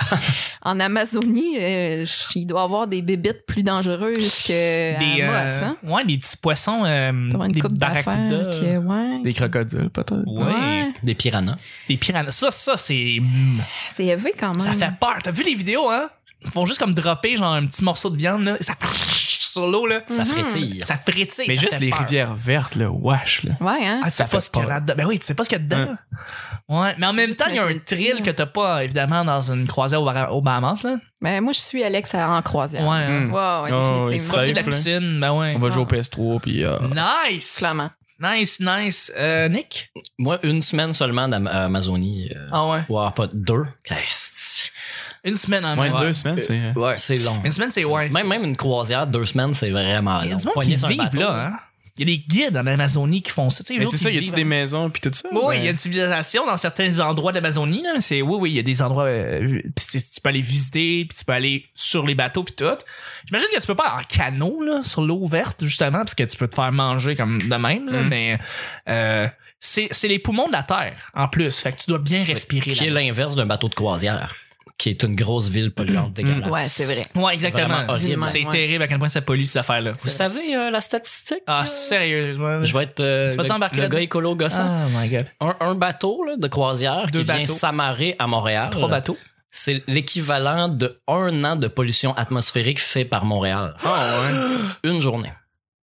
[SPEAKER 1] en Amazonie, euh, je- il doit y avoir des bébites plus dangereuses que
[SPEAKER 2] des,
[SPEAKER 1] à
[SPEAKER 2] euh,
[SPEAKER 1] Moss, hein.
[SPEAKER 2] ouais, des petits poissons, euh,
[SPEAKER 1] T'as une
[SPEAKER 2] des
[SPEAKER 1] coupe d'affaires
[SPEAKER 2] barracudas.
[SPEAKER 1] que, ouais,
[SPEAKER 4] Des crocodiles, peut-être.
[SPEAKER 2] Ouais.
[SPEAKER 1] Ouais.
[SPEAKER 5] Des piranhas.
[SPEAKER 2] Des piranhas. Ça, ça, c'est. mm,
[SPEAKER 1] c'est élevé quand même.
[SPEAKER 2] Ça fait peur. T'as vu les vidéos, hein? Ils font juste comme dropper, genre, un petit morceau de viande, là. et ça. sur l'eau, là.
[SPEAKER 1] Mm-hmm.
[SPEAKER 5] Ça frétille.
[SPEAKER 2] Ça frétille.
[SPEAKER 4] Mais
[SPEAKER 2] ça
[SPEAKER 4] juste
[SPEAKER 2] fait
[SPEAKER 4] les
[SPEAKER 2] peur.
[SPEAKER 4] rivières vertes, le wash, là.
[SPEAKER 1] Ouais, hein?
[SPEAKER 2] Ah, tu sais
[SPEAKER 4] Ça
[SPEAKER 2] pas
[SPEAKER 4] fait Hein.
[SPEAKER 2] ce qu'il y a
[SPEAKER 4] peur.
[SPEAKER 2] là-dedans. Ben oui, tu sais pas ce qu'il y a dedans. Ouais, mais en même
[SPEAKER 1] Juste
[SPEAKER 2] temps, il y a un
[SPEAKER 1] imaginer le prix,
[SPEAKER 2] thrill
[SPEAKER 1] hein.
[SPEAKER 2] que t'as pas, évidemment, dans une croisière au, Bar- au Bahamas, là.
[SPEAKER 1] Ben, moi, je suis Alex à- en croisière.
[SPEAKER 2] Ouais. hein.
[SPEAKER 4] Mm.
[SPEAKER 1] Ouais, ouais,
[SPEAKER 4] Oh,
[SPEAKER 1] définitivement.
[SPEAKER 4] oui,
[SPEAKER 2] Profiter de la
[SPEAKER 4] Safe, là.
[SPEAKER 2] piscine, ben ouais.
[SPEAKER 4] On va jouer au
[SPEAKER 1] Ah.
[SPEAKER 4] PS3, puis. euh,
[SPEAKER 2] Nice!
[SPEAKER 1] Clairement.
[SPEAKER 2] Nice, nice. Euh, Nick?
[SPEAKER 5] Moi, une semaine seulement d'Amazonie. Euh,
[SPEAKER 2] Ah ouais.
[SPEAKER 5] ouais, pas deux. Christ.
[SPEAKER 2] Une semaine en
[SPEAKER 4] moins
[SPEAKER 2] même
[SPEAKER 4] de deux semaines, c'est. euh,
[SPEAKER 5] Ouais, c'est long.
[SPEAKER 2] Une semaine, c'est ouais.
[SPEAKER 5] Même, même une croisière, deux semaines, c'est vraiment long.
[SPEAKER 2] Il y a du monde
[SPEAKER 5] Poigné
[SPEAKER 2] qui
[SPEAKER 5] sur un
[SPEAKER 2] vivent
[SPEAKER 5] bateau.
[SPEAKER 2] là, hein? Il y a des guides en Amazonie qui font ça. Tu sais,
[SPEAKER 4] Mais
[SPEAKER 2] l'autre,
[SPEAKER 4] c'est ça,
[SPEAKER 2] il
[SPEAKER 4] y a-tu
[SPEAKER 2] livre-
[SPEAKER 4] des maisons puis tout ça?
[SPEAKER 2] oui, oui,
[SPEAKER 4] Ben,
[SPEAKER 2] il y a une civilisation dans certains endroits d'Amazonie. Là, mais c'est, oui, oui, il y a des endroits. euh, puis tu, tu peux aller visiter, puis tu peux aller sur les bateaux, puis tout. J'imagine que tu peux pas en canot, là, sur l'eau ouverte, justement, parce que tu peux te faire manger comme de même, là,
[SPEAKER 4] Mm.
[SPEAKER 2] mais. euh, c'est, c'est les poumons de la terre, en plus. Fait que tu dois bien respirer.
[SPEAKER 5] Qui est
[SPEAKER 2] là.
[SPEAKER 5] l'inverse d'un bateau de croisière, qui est une grosse ville polluante dégueulasse.
[SPEAKER 1] Ouais, c'est vrai.
[SPEAKER 2] Mm-hmm. Ouais, exactement.
[SPEAKER 5] vraiment horrible.
[SPEAKER 2] C'est
[SPEAKER 1] Ouais.
[SPEAKER 2] terrible à quel point ça pollue, cette affaire-là.
[SPEAKER 5] Vous savez euh, la statistique?
[SPEAKER 2] Ah,
[SPEAKER 5] euh,
[SPEAKER 2] sérieusement.
[SPEAKER 5] Je vais être euh,
[SPEAKER 2] Tu vas
[SPEAKER 5] le,
[SPEAKER 2] t'embarquer
[SPEAKER 5] le
[SPEAKER 2] là-dedans?
[SPEAKER 5] gars écolo gossant.
[SPEAKER 2] Ah, my God.
[SPEAKER 5] Un, un bateau là, de croisière
[SPEAKER 2] Deux
[SPEAKER 5] qui vient
[SPEAKER 2] bateaux.
[SPEAKER 5] s'amarrer à Montréal.
[SPEAKER 2] Trois bateaux.
[SPEAKER 5] C'est l'équivalent de un an de pollution atmosphérique fait par Montréal.
[SPEAKER 2] Ah,
[SPEAKER 5] Une journée.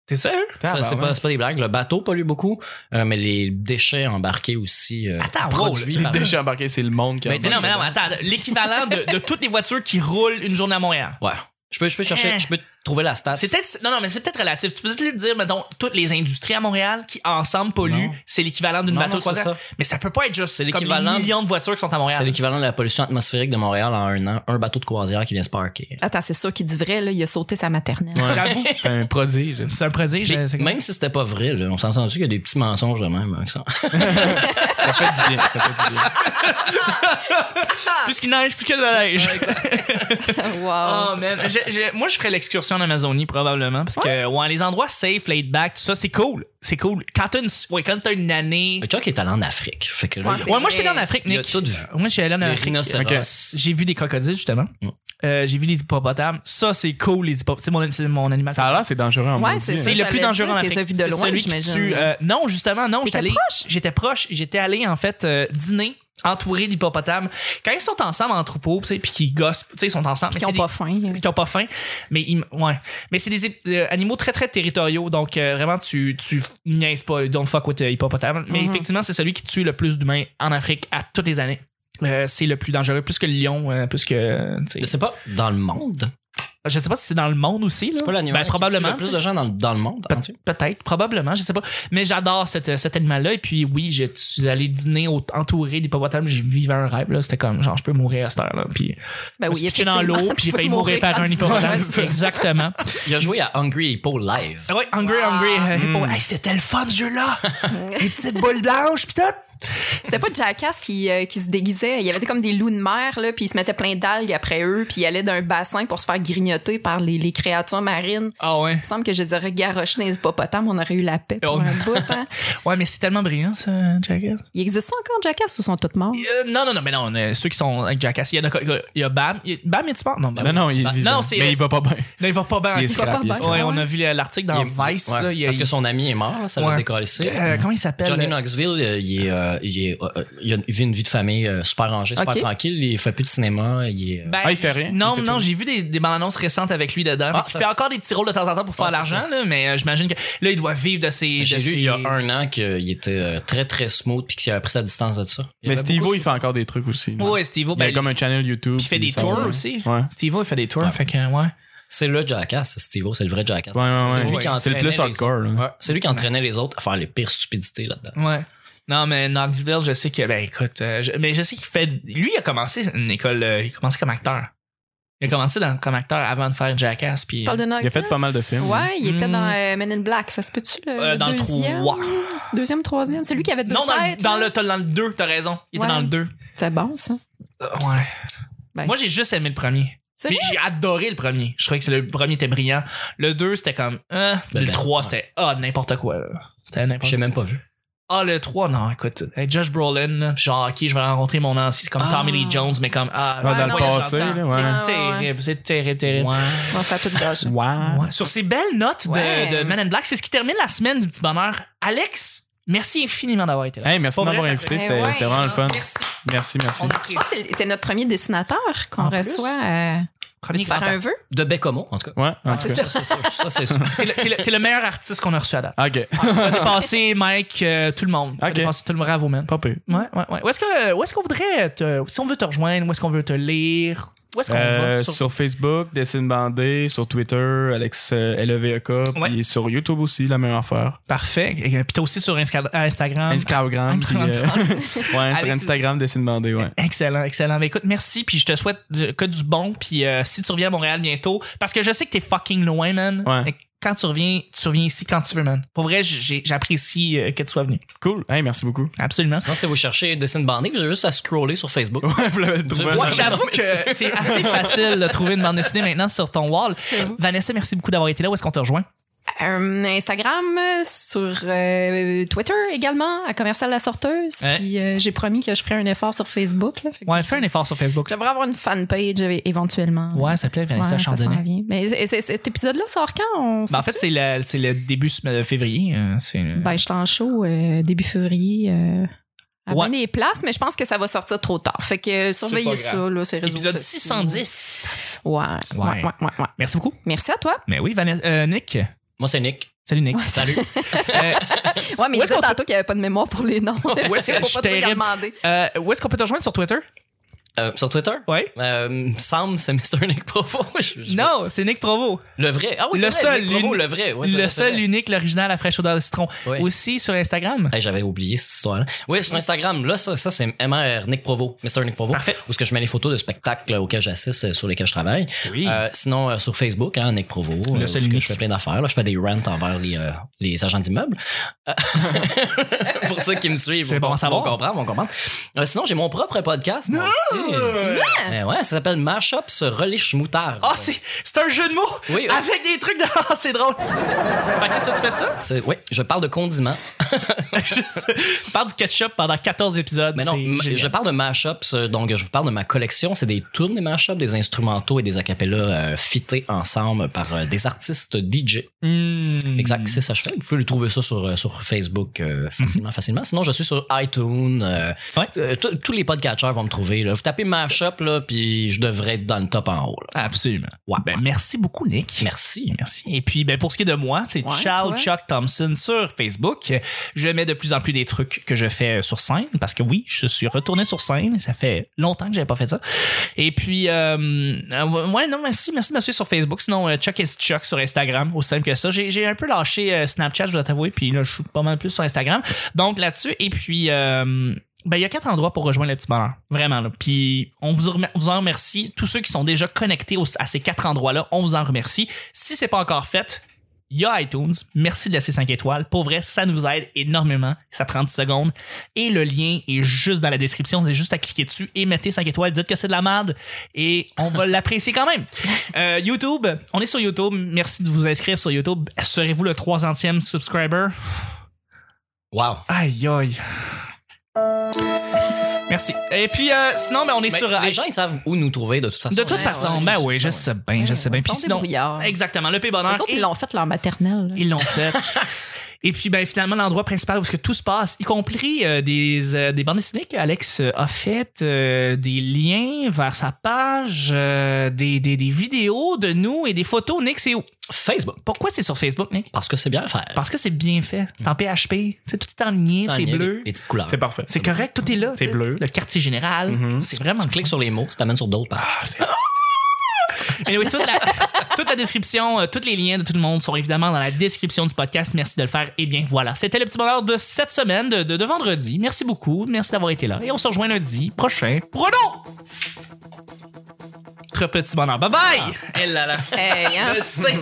[SPEAKER 2] T'es sérieux?
[SPEAKER 5] Ça, c'est
[SPEAKER 4] tabarnak.
[SPEAKER 5] pas, c'est pas des blagues. Le bateau pollue beaucoup, euh, mais les déchets embarqués aussi. euh,
[SPEAKER 2] Attends,
[SPEAKER 5] produits
[SPEAKER 4] Les
[SPEAKER 5] par-
[SPEAKER 4] déchets embarqués, c'est le monde qui a
[SPEAKER 5] Mais
[SPEAKER 2] Mais non, mais non, mais attends. L'équivalent de, de toutes les voitures qui roulent une journée à Montréal.
[SPEAKER 5] Ouais. Je peux, je peux chercher,
[SPEAKER 2] Hein?
[SPEAKER 5] je peux trouver la stat.
[SPEAKER 2] C'est peut-être, non, non, mais c'est peut-être relatif. Tu peux peut-être dire, mettons, toutes les industries à Montréal qui ensemble polluent,
[SPEAKER 5] Non.
[SPEAKER 2] c'est l'équivalent d'une
[SPEAKER 5] Non,
[SPEAKER 2] bateau
[SPEAKER 5] non, c'est
[SPEAKER 2] croisière. Mais ça peut pas être juste. C'est
[SPEAKER 5] l'équivalent-
[SPEAKER 2] l'équivalent. millions de voitures qui sont à
[SPEAKER 5] C'est
[SPEAKER 2] Montréal.
[SPEAKER 5] l'équivalent de la pollution atmosphérique de Montréal en un an. Un bateau de croisière qui vient se
[SPEAKER 2] Ben,
[SPEAKER 5] parquer.
[SPEAKER 1] Attends, c'est ça qui dit vrai, là. Il a sauté sa maternelle.
[SPEAKER 2] J'avoue.
[SPEAKER 4] C'est un prodige.
[SPEAKER 2] C'est un prodige.
[SPEAKER 5] J'ai-
[SPEAKER 2] c'est-
[SPEAKER 5] Même si c'était pas vrai, là, on s'est entendu qu'il y a des petits mensonges de même avec ça.
[SPEAKER 4] Ça fait du bien. Ça fait du bien.
[SPEAKER 2] Plus qu'il neige, plus qu'il y a de la neige.
[SPEAKER 1] wow.
[SPEAKER 2] Oh, man. J'ai- j'ai- moi, je ferais l'excursion en Amazonie, probablement. Parce que, ouais, les endroits safe, laid back, tout ça, c'est cool. C'est cool. Quand t'as une, ouais, quand t'as une année.
[SPEAKER 5] Mais Chuck est allé en Afrique. Fait que là,
[SPEAKER 1] Ouais,
[SPEAKER 5] il y a-
[SPEAKER 1] c'est
[SPEAKER 2] Ouais, moi, j'étais
[SPEAKER 1] vrai.
[SPEAKER 2] allé en Afrique,
[SPEAKER 5] Il a
[SPEAKER 2] Nick. Euh,
[SPEAKER 5] tout vu.
[SPEAKER 2] Moi, j'étais allé en
[SPEAKER 5] les
[SPEAKER 2] Afrique.
[SPEAKER 5] rhinocéros.
[SPEAKER 2] J'ai vu des crocodiles, justement.
[SPEAKER 5] Mm.
[SPEAKER 2] Euh, j'ai vu des hippopotames. Ça, c'est cool, les hippopotames. C'est mon, c'est mon animal.
[SPEAKER 4] Ça a l'air, c'est dangereux en
[SPEAKER 1] Ouais,
[SPEAKER 4] maudit,
[SPEAKER 1] c'est
[SPEAKER 4] hein.
[SPEAKER 1] ça.
[SPEAKER 2] c'est le plus
[SPEAKER 1] j'allais
[SPEAKER 2] dangereux
[SPEAKER 1] dire,
[SPEAKER 2] en
[SPEAKER 1] t'es
[SPEAKER 2] Afrique.
[SPEAKER 1] vu de
[SPEAKER 2] C'est
[SPEAKER 1] loin,
[SPEAKER 2] celui qui
[SPEAKER 1] j'imagine.
[SPEAKER 2] tue. euh, non, justement, non.
[SPEAKER 1] T'étais
[SPEAKER 2] J'étais allé. J'étais proche. J'étais allé, en fait, euh, dîner entouré d'hippopotames. Quand ils sont ensemble en troupeau, tu sais, puis qu'ils gossent, tu sais, ils sont ensemble. mais
[SPEAKER 1] Qui ont
[SPEAKER 2] c'est
[SPEAKER 1] pas
[SPEAKER 2] des-
[SPEAKER 1] faim.
[SPEAKER 2] qui ont pas faim mais ils- ouais mais c'est des hip- euh, animaux très très territoriaux donc euh, vraiment tu tu niaises pas don't fuck with euh, hippopotame mais
[SPEAKER 1] Mhm.
[SPEAKER 5] Mm-hmm.
[SPEAKER 2] effectivement c'est celui qui tue le plus d'humains en Afrique à toutes les années Euh, c'est le plus dangereux plus que le lion euh, plus que euh, tu
[SPEAKER 5] Mais
[SPEAKER 2] sais.
[SPEAKER 5] C'est pas dans le monde.
[SPEAKER 2] je sais pas si c'est dans le monde aussi là.
[SPEAKER 5] C'est pas l'animal.
[SPEAKER 2] Ben, probablement
[SPEAKER 5] Qui tue le plus
[SPEAKER 2] tu
[SPEAKER 5] de gens dans, dans le monde. hein,
[SPEAKER 2] Pe-
[SPEAKER 5] entier.
[SPEAKER 2] Peut-être, probablement, je sais pas. Mais j'adore cette, euh, cet animal-là. Et puis oui, je suis allé dîner au- entouré d'hippopotames. J'ai vécu un rêve. là C'était comme, genre, je peux mourir à cette heure-là. Puis
[SPEAKER 1] Ben
[SPEAKER 2] je me suis pitché dans l'eau, puis j'ai failli mourir par un hippopotame. Exactement.
[SPEAKER 5] Il a joué à Hungry Hippo Live.
[SPEAKER 2] Ah Ouais, Hungry
[SPEAKER 1] Wow.
[SPEAKER 2] Hungry euh, Hippo. Hey, c'était le fun ce jeu-là. Les petites boules blanches, pis tout.
[SPEAKER 1] C'était pas Jackass qui, euh, qui se déguisait. Il y avait comme des loups de mer, là, puis ils se mettaient plein d'algues après eux, puis ils allaient d'un bassin pour se faire grignoter par les, les créatures marines.
[SPEAKER 2] Ah ouais.
[SPEAKER 1] Il me semble que je les aurais garochés dans les hippopotames, on aurait eu la paix pour
[SPEAKER 2] On-
[SPEAKER 1] un bout. hein.
[SPEAKER 2] Ouais, mais c'est tellement brillant ça, Jackass.
[SPEAKER 1] Il existe ça encore, Jackass, ou sont tous morts?
[SPEAKER 2] Euh, non, non, non, mais non, euh, ceux qui sont avec Jackass, il y en a, il y a Bam. Il y a- Bam, est-tu mort? Non, Bam.
[SPEAKER 4] Non, non, il est
[SPEAKER 2] Bah,
[SPEAKER 4] vivant.
[SPEAKER 2] non, c'est-
[SPEAKER 4] Mais il va pas bien.
[SPEAKER 2] Là, il va pas bien.
[SPEAKER 4] Il est
[SPEAKER 1] va pas
[SPEAKER 4] scrap. il est
[SPEAKER 1] bien.
[SPEAKER 4] scrap.
[SPEAKER 2] Ouais, on a vu l'article dans Vice.
[SPEAKER 5] Ouais,
[SPEAKER 2] là, il y a-
[SPEAKER 5] parce que son ami est mort, ça
[SPEAKER 2] Ouais.
[SPEAKER 5] l'a décalissé.
[SPEAKER 2] Euh, comment il s'appelle?
[SPEAKER 5] Johnny Knoxville, euh, il, est, euh, il, est, euh, euh, il a- il vit une vie de famille euh, super rangée, super
[SPEAKER 1] Ok.
[SPEAKER 5] tranquille. Il fait plus de cinéma. Il est, euh,
[SPEAKER 2] Ben,
[SPEAKER 4] Ah, il fait rien?
[SPEAKER 2] Non,
[SPEAKER 4] Il fait
[SPEAKER 2] non,
[SPEAKER 4] rien.
[SPEAKER 2] j'ai vu des, des bandes annonces récentes avec lui dedans.
[SPEAKER 5] Ah,
[SPEAKER 2] Fait qu'il
[SPEAKER 5] ça
[SPEAKER 2] fait
[SPEAKER 5] se-
[SPEAKER 2] encore des petits rôles de temps en temps pour faire
[SPEAKER 5] Ah, c'est
[SPEAKER 2] l'argent, là, mais euh, j'imagine que là, il doit vivre de ses.
[SPEAKER 5] j'ai
[SPEAKER 2] de
[SPEAKER 5] vu
[SPEAKER 2] ses-
[SPEAKER 5] il y a un an qu'il était euh, très très smooth puis qu'il a pris sa distance de ça. Il
[SPEAKER 4] Mais
[SPEAKER 5] avait
[SPEAKER 4] Steve-O,
[SPEAKER 5] beaucoup
[SPEAKER 4] il fait encore des trucs aussi. non?
[SPEAKER 2] Ouais, Steve-O,
[SPEAKER 4] Il
[SPEAKER 2] ben,
[SPEAKER 4] a comme un channel YouTube.
[SPEAKER 2] il fait
[SPEAKER 4] puis
[SPEAKER 2] des
[SPEAKER 4] ça,
[SPEAKER 2] tours
[SPEAKER 4] ouais.
[SPEAKER 2] aussi.
[SPEAKER 4] Ouais.
[SPEAKER 2] Steve-O, il fait des tours.
[SPEAKER 5] Ouais.
[SPEAKER 2] Fait que, ouais.
[SPEAKER 5] C'est le Jackass, Steve-O, c'est le vrai Jackass.
[SPEAKER 4] Ouais, ouais,
[SPEAKER 5] C'est
[SPEAKER 4] ouais.
[SPEAKER 5] lui qui
[SPEAKER 4] C'est le
[SPEAKER 5] entraînait
[SPEAKER 4] plus
[SPEAKER 5] les-
[SPEAKER 4] hardcore. là.
[SPEAKER 5] Ouais, c'est lui qui entraînait les autres à faire les pires stupidités là-dedans.
[SPEAKER 2] Ouais. Non, mais Knoxville, je sais que, ben écoute, euh, je- mais je sais qu'il fait. Lui, il a commencé une école, euh, il a commencé comme acteur. Il a commencé dans- comme acteur avant de faire Jackass, puis.
[SPEAKER 1] Tu parles de
[SPEAKER 4] Il a fait
[SPEAKER 1] Knoxville?
[SPEAKER 4] pas mal de films.
[SPEAKER 1] Ouais, il était
[SPEAKER 2] Hmm.
[SPEAKER 1] dans euh, Men in Black. Ça se peut-tu le.
[SPEAKER 2] Euh, dans le
[SPEAKER 1] deuxième?
[SPEAKER 2] trois.
[SPEAKER 1] Deuxième, troisième. C'est lui qui avait deux
[SPEAKER 2] Non, dans, le-
[SPEAKER 1] têtes,
[SPEAKER 2] dans,
[SPEAKER 1] là.
[SPEAKER 2] le, t'as- dans le 2, t'as raison. Il
[SPEAKER 1] Ouais.
[SPEAKER 2] était dans le 2.
[SPEAKER 1] C'est bon, ça.
[SPEAKER 2] ouais.
[SPEAKER 1] Ben,
[SPEAKER 2] Moi, j'ai juste aimé le premier.
[SPEAKER 1] Sérieux?
[SPEAKER 2] Mais j'ai adoré le premier. Je trouvais que c'est le premier était brillant. Le 2, c'était comme. hein.
[SPEAKER 5] Ben,
[SPEAKER 2] le
[SPEAKER 5] ben,
[SPEAKER 2] 3,
[SPEAKER 5] ouais.
[SPEAKER 2] c'était. Ah, n'importe quoi, là. C'était n'importe
[SPEAKER 5] J'ai
[SPEAKER 2] quoi.
[SPEAKER 5] même pas vu.
[SPEAKER 2] Ah, le 3, non, écoute. Hey, Josh Brolin, là, pis genre, ok, je vais rencontrer mon ancien. C'est comme
[SPEAKER 5] Ah.
[SPEAKER 2] Tommy Lee Jones, mais comme. Ah,
[SPEAKER 4] Ouais, dans
[SPEAKER 2] non,
[SPEAKER 4] le
[SPEAKER 2] il y a 100
[SPEAKER 4] passé,
[SPEAKER 2] ans.
[SPEAKER 4] là,
[SPEAKER 2] C'est
[SPEAKER 4] ouais.
[SPEAKER 1] Ouais, ouais.
[SPEAKER 2] terrible, c'est terrible, terrible.
[SPEAKER 1] On fait tout Eh gâcher.
[SPEAKER 4] Wow.
[SPEAKER 2] Ouais. Sur ces belles notes de-
[SPEAKER 1] Ouais.
[SPEAKER 2] de, Man in Black, c'est ce qui termine la semaine du petit bonheur. Alex, merci infiniment d'avoir été là.
[SPEAKER 4] Hey, merci
[SPEAKER 2] Pour
[SPEAKER 4] d'avoir
[SPEAKER 2] vrai,
[SPEAKER 4] invité.
[SPEAKER 1] ça fait-
[SPEAKER 4] C'était
[SPEAKER 1] Ouais,
[SPEAKER 4] c'était vraiment le fun.
[SPEAKER 2] Merci.
[SPEAKER 4] Merci, merci.
[SPEAKER 2] On
[SPEAKER 1] Je
[SPEAKER 2] apprécie.
[SPEAKER 1] pense que c'était notre premier dessinateur qu'on
[SPEAKER 2] En plus,
[SPEAKER 1] reçoit. Euh,
[SPEAKER 2] Premier
[SPEAKER 1] veux-tu faire
[SPEAKER 2] grand
[SPEAKER 1] un vœu?
[SPEAKER 5] De Bécomo, en tout cas.
[SPEAKER 4] Ouais, en tout
[SPEAKER 1] c'est
[SPEAKER 4] cas.
[SPEAKER 5] Ça, c'est sûr. Ça, c'est sûr.
[SPEAKER 2] T'es le, t'es le- t'es le meilleur artiste qu'on a reçu à date.
[SPEAKER 4] Ok.
[SPEAKER 2] T'as dépassé Mike, euh, tout le monde. T'as
[SPEAKER 4] Ok.
[SPEAKER 2] dépassé tout le bravo, man.
[SPEAKER 4] Pas pire.
[SPEAKER 2] Ouais, ouais, ouais. Où est-ce que- où est-ce qu'on voudrait te- Si on veut te rejoindre, où est-ce qu'on veut te lire? Où est-ce qu'on
[SPEAKER 4] Euh,
[SPEAKER 2] va?
[SPEAKER 4] sur...
[SPEAKER 2] Sur-
[SPEAKER 4] Facebook, Dessine Bandé, sur Twitter, Alex euh, LEVEK,
[SPEAKER 2] Ouais.
[SPEAKER 4] puis sur YouTube aussi, la même affaire.
[SPEAKER 2] Parfait. Et euh, puis t'es aussi sur Insca- euh, Instagram.
[SPEAKER 4] Instagram, puis, euh, ouais, sur
[SPEAKER 2] Alex-
[SPEAKER 4] Instagram, Dessine Bandé, ouais.
[SPEAKER 2] Excellent, excellent. Mais écoute, merci, puis je te souhaite de- que du bon, puis euh, si tu reviens à Montréal bientôt, parce que je sais que t'es fucking loin, man.
[SPEAKER 4] Ouais.
[SPEAKER 2] Fait que Quand tu reviens, tu reviens ici quand tu veux, man. Pour vrai, j'ai- j'apprécie euh, que tu sois venu.
[SPEAKER 4] Cool. Hey, merci beaucoup.
[SPEAKER 2] Absolument.
[SPEAKER 5] Sinon, si vous cherchez Dessine bandé, vous avez juste à scroller sur Facebook.
[SPEAKER 4] Ouais, vous l'avez trouvé.
[SPEAKER 5] Ouais,
[SPEAKER 2] Ouais, j'avoue que c'est assez facile de trouver une bande dessinée maintenant sur ton wall. Vanessa, merci beaucoup d'avoir été là. Où est-ce qu'on te rejoint?
[SPEAKER 1] Euh, Instagram, euh, sur euh, Twitter également, à Commercial La Sorteuse.
[SPEAKER 2] Ouais.
[SPEAKER 1] Puis euh, j'ai promis que je ferais un effort sur Facebook. Là, Fait que
[SPEAKER 2] Ouais, fais un effort sur Facebook.
[SPEAKER 1] J'aimerais avoir une fanpage é- éventuellement.
[SPEAKER 2] Ouais, ça plaît,
[SPEAKER 1] Ouais,
[SPEAKER 2] Vanessa
[SPEAKER 1] ça
[SPEAKER 2] Chandonnet.
[SPEAKER 1] s'en vient. Mais c'est- c'est- cet épisode-là sort quand? On
[SPEAKER 2] Ben,
[SPEAKER 1] sait-tu?
[SPEAKER 2] en fait, c'est le, c'est le début sem- euh, février. euh, c'est-
[SPEAKER 1] Ben, je suis en show euh, début février. Euh, à
[SPEAKER 2] Ouais.
[SPEAKER 1] bien des places, mais je pense que ça va sortir trop tard. Fait que euh, surveillez
[SPEAKER 4] pas
[SPEAKER 1] ça, là, ces réseaux
[SPEAKER 2] Épisode
[SPEAKER 1] sociaux.
[SPEAKER 2] 610.
[SPEAKER 1] Ouais.
[SPEAKER 2] Ouais.
[SPEAKER 1] Ouais. ouais, ouais, ouais.
[SPEAKER 2] Merci beaucoup.
[SPEAKER 1] Merci à toi.
[SPEAKER 2] Mais oui, Vanessa, euh, Nick.
[SPEAKER 5] Moi, c'est Nick.
[SPEAKER 2] Salut, Nick.
[SPEAKER 5] Salut.
[SPEAKER 2] Euh,
[SPEAKER 1] Ouais, mais
[SPEAKER 2] Où
[SPEAKER 1] il
[SPEAKER 2] est-ce
[SPEAKER 1] disait
[SPEAKER 2] qu'on
[SPEAKER 1] tantôt qu'il n'y avait pas de mémoire pour les noms. Faut
[SPEAKER 2] est-ce que-
[SPEAKER 1] pas
[SPEAKER 2] je suis
[SPEAKER 1] trop y
[SPEAKER 2] terrible.
[SPEAKER 1] demander.
[SPEAKER 2] euh, où est-ce qu'on peut te rejoindre sur Twitter?
[SPEAKER 5] Euh, sur Twitter?
[SPEAKER 2] Oui.
[SPEAKER 5] Euh, Sam, c'est Mr. Nick Provo. Je- je-
[SPEAKER 2] Non, c'est Nick Provo.
[SPEAKER 5] Le vrai. Ah oui,
[SPEAKER 2] Le
[SPEAKER 5] c'est vrai,
[SPEAKER 2] seul,
[SPEAKER 5] Nick Provo,
[SPEAKER 2] l'uni-
[SPEAKER 5] le vrai. Ouais, c'est
[SPEAKER 2] le
[SPEAKER 5] vrai, c'est
[SPEAKER 2] seul,
[SPEAKER 5] vrai.
[SPEAKER 2] l'unique, l'original à fraîche odeur de citron.
[SPEAKER 5] Ouais.
[SPEAKER 2] Aussi sur Instagram.
[SPEAKER 5] Hey, J'avais oublié cette histoire-là. Oui, sur Instagram, là, ça, ça c'est MR Nick Provo, Mr. Nick Provo.
[SPEAKER 2] Parfait.
[SPEAKER 5] Où ce que je mets les photos de spectacles auxquels j'assiste, euh, sur lesquels je travaille.
[SPEAKER 2] Oui.
[SPEAKER 5] Euh, sinon, euh, sur Facebook, hein, Nick Provo. euh, où
[SPEAKER 2] seul
[SPEAKER 5] ce que
[SPEAKER 2] unique.
[SPEAKER 5] je fais plein d'affaires. là. Je fais des rants envers les, euh, les agents d'immeubles. Euh, pour ceux qui me suivent,
[SPEAKER 2] C'est bon à
[SPEAKER 5] vont-
[SPEAKER 2] savoir.
[SPEAKER 5] vont comprendre, vont comprendre. Euh, sinon, j'ai mon propre podcast. moi aussi. Euh, ouais, ça s'appelle Mashup sur Relish Moutarde.
[SPEAKER 2] Ah, c'est c'est un jeu de mots
[SPEAKER 5] Oui, oui.
[SPEAKER 2] avec des trucs de. Ah, c'est drôle. fait que c'est ça, tu fais ça?
[SPEAKER 5] C'est- Oui, je parle de condiments.
[SPEAKER 2] Je parle du ketchup pendant 14 épisodes.
[SPEAKER 5] Mais non,
[SPEAKER 2] c'est
[SPEAKER 5] m-
[SPEAKER 2] génial.
[SPEAKER 5] je parle de mashups, euh, donc je vous parle de ma collection. C'est des tunes, des mashups, des instrumentaux et des acapellas euh, fités ensemble par euh, des artistes DJ.
[SPEAKER 2] Hmm.
[SPEAKER 5] Exact, c'est ça que je fais. Vous pouvez le trouver ça sur, euh, sur Facebook euh, facilement, facilement. Sinon, je suis sur iTunes. euh,
[SPEAKER 2] Mhm. Ouais.
[SPEAKER 5] euh, t- Tous les podcatchers vont me trouver. Là. Vous tapez mashup, là, puis je devrais être dans le top en haut. là.
[SPEAKER 2] Absolument.
[SPEAKER 5] Ouais.
[SPEAKER 2] Ben, merci beaucoup, Nick.
[SPEAKER 5] Merci.
[SPEAKER 2] Merci. Et puis, ben, pour ce qui est de moi, c'est
[SPEAKER 1] Ouais,
[SPEAKER 2] Charles
[SPEAKER 1] toi?
[SPEAKER 2] Chuck Thompson sur Facebook. Je mets de plus en plus des trucs que je fais euh, sur scène parce que oui, je suis retourné sur scène. Ça fait longtemps que j'avais pas fait ça. Et puis, euh, euh, ouais, non, merci, merci de me suivre sur Facebook. Sinon, euh, Chuck is Chuck sur Instagram, aussi simple que ça. J'ai j'ai un peu lâché euh, Snapchat, je dois t'avouer, puis là, je suis pas mal plus sur Instagram. Donc là-dessus, et puis. euh, ben, il y a quatre endroits pour rejoindre le petit bonheur. Vraiment, là. Puis, on vous, en remer- vous en remercie. Tous ceux qui sont déjà connectés au- à ces quatre endroits-là, on vous en remercie. Si c'est pas encore fait, il y a iTunes. Merci de laisser 5 étoiles. Pour vrai, ça nous aide énormément. Ça prend 10 secondes. Et le lien est juste dans la description. C'est juste à cliquer dessus et mettez 5 étoiles. Dites que c'est de la merde. Et on va l'apprécier quand même. Euh, YouTube, on est sur YouTube. Merci de vous inscrire sur YouTube. Serez-vous le 300e subscriber?
[SPEAKER 5] Wow.
[SPEAKER 2] Aïe aïe. Merci. Et puis euh, sinon, ben, on est
[SPEAKER 5] Mais
[SPEAKER 2] sur.
[SPEAKER 5] les gens, ils savent où nous trouver de toute façon. Euh,
[SPEAKER 2] de toute
[SPEAKER 1] Ouais,
[SPEAKER 2] façon,
[SPEAKER 1] ouais,
[SPEAKER 2] ben oui, je sais bien, je sais bien. Puis
[SPEAKER 1] Ils sont
[SPEAKER 2] sinon, eh.
[SPEAKER 1] débrouillards.
[SPEAKER 2] exactement, le P bonheur.
[SPEAKER 1] Les autres,
[SPEAKER 2] et-
[SPEAKER 1] ils l'ont fait leur maternelle. là.
[SPEAKER 2] ils l'ont fait. Et puis, ben, finalement, l'endroit principal où est-ce que tout se passe, y compris euh, des, euh, des bandes dessinées que Alex euh, a faites, euh, des liens vers sa page, euh, des, des, des vidéos de nous et des photos. Nick, c'est où?
[SPEAKER 5] Facebook.
[SPEAKER 2] Pourquoi c'est sur Facebook, Nick?
[SPEAKER 5] Parce que c'est bien à faire.
[SPEAKER 2] Parce que c'est bien fait. C'est en PHP. C'est tout est en ligne,
[SPEAKER 5] Dans
[SPEAKER 2] c'est
[SPEAKER 5] les-
[SPEAKER 2] bleu.
[SPEAKER 5] Les petites couleurs.
[SPEAKER 4] C'est parfait.
[SPEAKER 2] C'est correct, tout est là.
[SPEAKER 4] C'est
[SPEAKER 2] tu sais.
[SPEAKER 4] bleu.
[SPEAKER 2] Le quartier général. C'est vraiment
[SPEAKER 5] Tu cliques sur les mots, ça t'amène sur d'autres pages.
[SPEAKER 2] Anyway, toute, la, toute la description, euh, tous les liens de tout le monde sont évidemment dans la description du podcast. Merci de le faire. Et bien voilà, c'était le petit bonheur de cette semaine, de, de- de vendredi. Merci beaucoup, merci d'avoir été là. Et on se rejoint lundi prochain pour un autre petit bonheur. Bye bye! Eh là là.
[SPEAKER 1] Hey, hein?
[SPEAKER 2] Je le sais.